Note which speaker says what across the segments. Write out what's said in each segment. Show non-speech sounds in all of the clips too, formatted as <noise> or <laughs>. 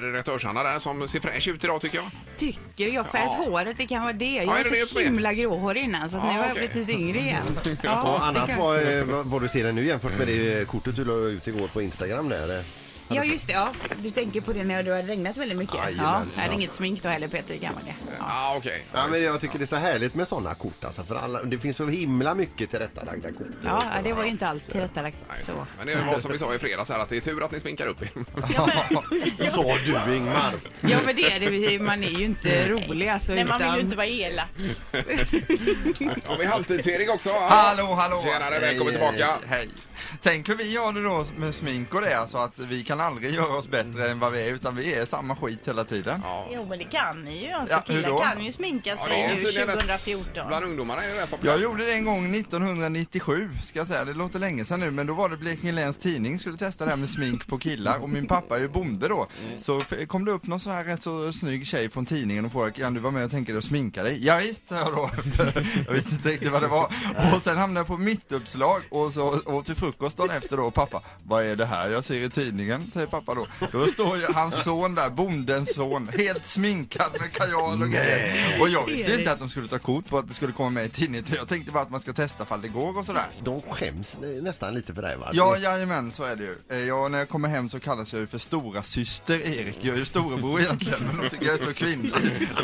Speaker 1: redaktörs-Hanna Eh, där som ser fräsch ut idag tycker jag.
Speaker 2: Tycker jag. För att
Speaker 1: Ja.
Speaker 2: håret, det kan vara det. Jag
Speaker 1: Ja, är
Speaker 2: var
Speaker 1: det det
Speaker 2: så
Speaker 1: som är?
Speaker 2: himla gråhårig innan så att
Speaker 1: Ja,
Speaker 2: nu har jag
Speaker 1: okej.
Speaker 2: blivit lite
Speaker 1: <laughs>
Speaker 2: yngre igen. Ja,
Speaker 3: Och
Speaker 2: det
Speaker 3: annat
Speaker 2: kan-
Speaker 3: vad, eh, vad- vad du ser där nu jämfört med det eh, kortet du la ut igår på Instagram där. eh.
Speaker 2: Ja, just det. Ja. Du tänker på det när det har regnat väldigt mycket. Ja,
Speaker 3: Jajamän.
Speaker 2: jag hade inget smink då heller Peter, det kan vara det.
Speaker 1: Ja,
Speaker 2: Ja.
Speaker 1: okej.
Speaker 3: Ja, men jag tycker det är så härligt med sådana kort alltså, för alla, det finns så himla mycket tillrättalagda kort.
Speaker 2: Ja, det var ju inte alls tillrättalagt så.
Speaker 1: Men det var som vi sa i fredags här att det är tur att ni sminkar upp er.
Speaker 3: Sa du Ingmar?
Speaker 2: Ja, men det är det. Man är ju inte rolig alltså
Speaker 4: Nej,
Speaker 2: utan...
Speaker 4: man vill ju inte vara elak.
Speaker 1: Ja, vi har halvtids-Erik också.
Speaker 5: Hallå, hallå!
Speaker 1: Tjenare, välkommen
Speaker 3: Hej, hej,
Speaker 1: tillbaka.
Speaker 5: Hej, Hej! Tänk hur vi gör det då med smink och det, alltså att vi kan aldrig göra oss bättre än vad vi är, utan vi är samma skit hela tiden.
Speaker 1: Mm. Ja.
Speaker 4: Jo, men det kan ni ju. Alltså,
Speaker 5: Ja, hur då?
Speaker 4: killar kan ju sminka
Speaker 1: Ja,
Speaker 4: sig nu
Speaker 1: tydligen rätt-
Speaker 4: 2014.
Speaker 1: Bland ungdomarna är det rätt
Speaker 5: Jag
Speaker 1: populärt.
Speaker 5: gjorde det en gång 1997, ska jag säga. Det låter länge sedan nu, men då var det Blekinge Läns Tidning skulle testa det här med smink på killar och min pappa är ju bonde då.
Speaker 1: Mm.
Speaker 5: Så f- kom det upp någon sån här rätt så snygg tjej från tidningen och frågade kan du vara med och tänka dig att sminka dig? Ja, visst, sa jag då. <laughs> jag visste inte riktigt vad det var. Och sen hamnade jag på mittuppslag och så åt vi frukost dagen efter då och pappa, vad är det här jag ser i tidningen? Säger pappa då. Då står ju hans son där, bondens son, helt sminkad med kajal och grejer. Och jag visste ju inte att de skulle ta kort på att det skulle komma med i tidningen. Jag tänkte bara att man ska testa fall det går och sådär.
Speaker 3: De skäms eh, nästan lite för dig va?
Speaker 5: Ja, jajamän, så är det ju. Eh, Jag, när jag kommer hem så kallas jag ju för stora syster Erik. Jag är ju storebror egentligen, men de tycker jag är så kvinnlig.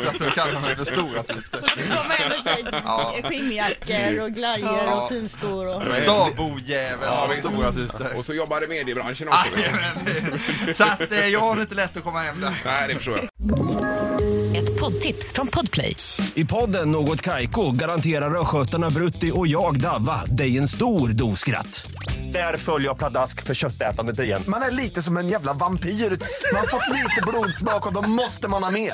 Speaker 5: Så att de kallar mig för stora syster.
Speaker 6: Kommer hem med sig
Speaker 5: Ja.
Speaker 6: skinnjackor och glajjor och finskor och...
Speaker 5: Stavbojävel har vi stora syster.
Speaker 1: Och så jobbar i mediebranschen också.
Speaker 5: Jajamän. Så att eh, jag har det inte lätt att komma hem där.
Speaker 1: Nej, det förstår jag.
Speaker 7: Ett poddtips från Podplay.
Speaker 8: I podden Något Kaiko garanterar östgötarna Brutti och jag, Davva, dig en stor dos skratt. Där följer jag pladask för köttätandet igen.
Speaker 9: Man är lite som en jävla vampyr. Man har fått lite blodsmak och då måste man ha mer.